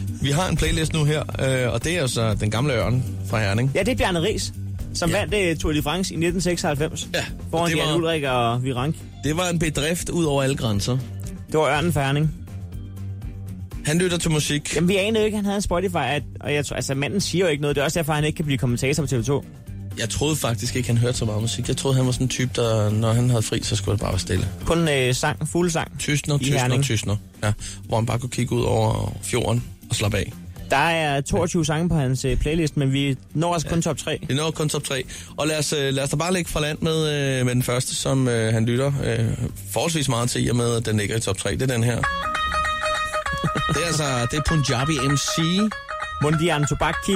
vi har en playlist nu her, øh, og det er jo så den gamle ørn fra Herning. Ja, det er Bjarne Ries, som Ja. ja. vandt øh, Tour de France i 1996. Ja, Foran det var- Jan Ulrik og Virank. Det var en bedrift ud over alle grænser. Det var Ørnen Færning. Han lytter til musik. Jamen, vi anede jo ikke, at han havde en Spotify, at, og jeg tror, altså, manden siger jo ikke noget. Det er også derfor, han ikke kan blive kommentator på TV2. Jeg troede faktisk ikke, han hørte så meget musik. Jeg troede, han var sådan en type, der, når han havde fri, så skulle han bare være stille. Kun øh, sang, fuld sang. Tysner, I tysner, Herning. tysner. Ja, hvor han bare kunne kigge ud over fjorden og slappe af. Der er 22 sange på hans øh, playlist, men vi når altså kun top 3. Vi når kun top 3. Og lad os, øh, lad os da bare lægge fra land med, øh, med den første, som øh, han lytter øh, forholdsvis meget til, i og med at den ligger i top 3. Det er den her. Det er altså det er Punjabi MC, Mundian Tobacchi.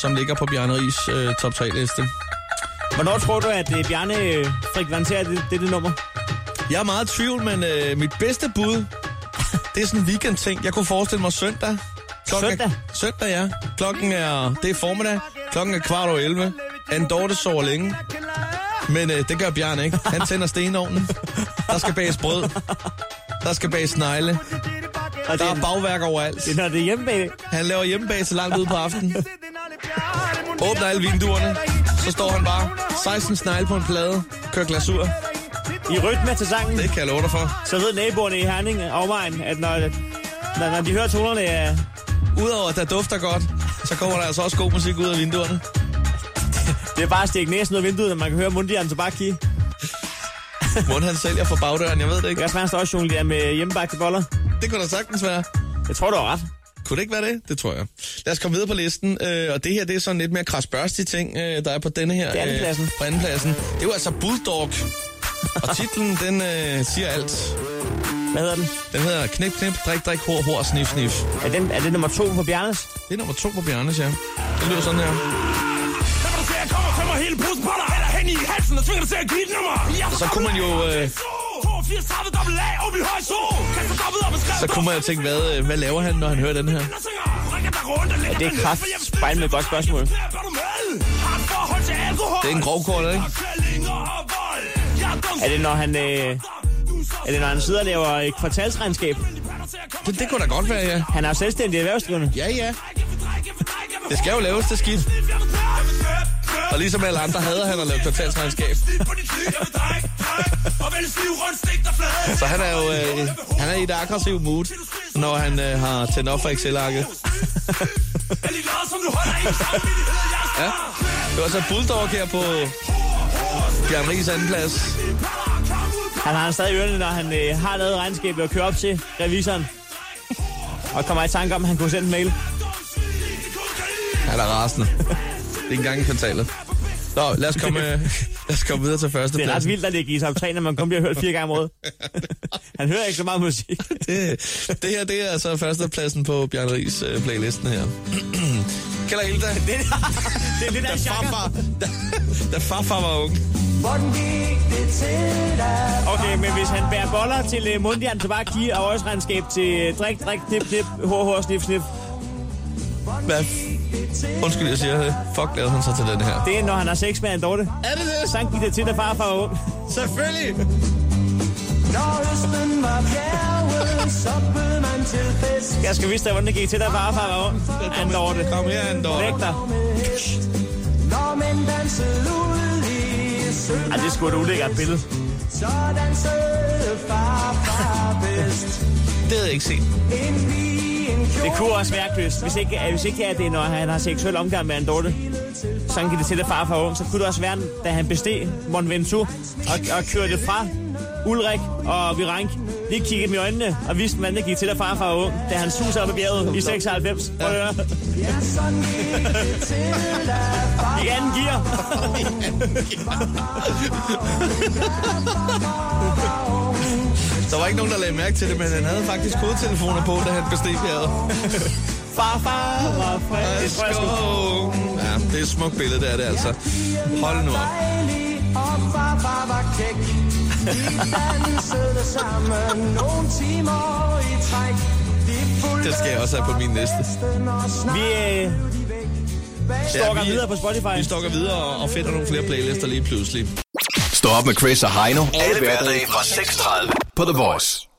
som ligger på Bjarne Ries øh, top 3-liste. Hvornår tror du, at øh, Bjarne øh, frekventerer det, det, det nummer? Jeg er meget i tvivl, men øh, mit bedste bud, det er sådan en weekendting. Jeg kunne forestille mig søndag. Søndag? Er, søndag, ja. Klokken er, det er formiddag. Klokken er kvart over 11. Andorte sover længe. Men øh, det gør Bjørn ikke. Han tænder stenovnen. Der skal bages brød. Der skal bages negle. Og Der det, er bagværk overalt. det, når det er hjemme bag. Han laver hjemmebase langt ud på aftenen. Åbner alle vinduerne. Så står han bare 16 snegle på en plade. Kører glasur. I rytme til sangen, Det kan jeg love dig for. så ved naboerne i Herning og omegn, at når, når, når de hører tonerne af... Udover at der dufter godt, så kommer der altså også god musik ud af vinduerne. Det er bare at stikke næsen ud af vinduet, når man kan høre Mundian Tobacchi. Mund han sælger fra bagdøren, jeg ved det Det ikke. kan også være, han står også jonglerer med hjemmebagte boller. Det kunne da sagtens være. Jeg tror, du har ret. Kunne det ikke være det? Det tror jeg. Lad os komme videre på listen. Øh, og det her, det er sådan lidt mere krasbørstig ting, øh, der er på denne her. Det er andenpladsen. Øh, på andenpladsen. Det er jo altså Bulldog. Og titlen, den øh, siger alt. Hvad hedder den? Den hedder Knip, knip, drik, drik, hår, hår, snif, snif. Er, den, er det nummer to på Bjarnes? Det er nummer to på Bjarnes, ja. Det lyder sådan her. Så kunne man jo... Øh, så kunne man jo tænke, hvad, øh, hvad laver han, når han hører den her? Ja, det er kraft. Spejl med et godt spørgsmål. Det er en grovkort, er det ikke? Er det, når han, øh, er det, når han sidder og laver et kvartalsregnskab? Det, det kunne da godt være, ja. Han er jo selvstændig erhvervsdrivende. Ja, ja. Det skal jo laves, det skidt. Og ligesom alle andre hader han at lave kvartalsregnskab. Så han er jo øh, han er i et aggressivt mood, når han øh, har tændt op for Excel-arket. ja. Det var så Bulldog her på Bjørn Ries anden plads. Han har han stadig i ørerne, når han øh, har lavet regnskabet og kører op til revisoren. Og kommer i tanke om, at han kunne sende en mail. Han er rasende. Det er ikke engang i kvartalet. Nå, lad os komme, øh, lad os komme videre til første Det er plads. ret vildt at ligge i top 3, når man kun bliver hørt fire gange om året. Han hører ikke så meget musik. det, det her, det er altså førstepladsen på Bjørn Ries øh, playlisten her. Kælder Hilda. Det er Det er lidt af en genre. farfar. Da, da farfar var ung. Okay, men hvis han bærer boller til øh, Mundian Tobacchi og også regnskab til øh, drik, drik, knip, knip, hår, hår, snif, snif. Hvad? Undskyld, jeg siger det. Fuck, lavede han så til den her. Det er, når han har sex med en dorte. Er det det? Sang gik det til, da farfar var ung. Selvfølgelig. Jeg skal vise dig, hvordan det gik til, da farfar var ung. En dorte. Kom her, Andorte. Væk dig. Ej, det er sgu et ulækkert billede. Det havde jeg ikke set. Det kunne også være kyst. Hvis ikke, hvis ikke er det, når han har seksuel omgang med en dorte. Sådan gik det til, da far var ung. Så kunne det også være, da han besteg Mont Ventoux og, og kørte fra Ulrik og Virank. Lige kiggede dem i øjnene og vidste, hvordan det gik til, da far var ung. Da han suser op ad bjerget i 96. Prøv at høre. I anden gear. Der var ikke nogen, der lagde mærke til det, men han havde faktisk kodetelefoner på, da han besteg bjerget. Farfar var frisk. Det tror jeg sgu. Ja, det er et smukt billede, det er det altså. Hold nu op. Det skal jeg også have på min liste. Vi øh, stalker videre på Spotify. Vi stokker videre og- og finder nogle flere playlister lige pludselig. Stå op med Chris og Heino. Alle Alle hverdage hverdage fra 6.30 på The Voice.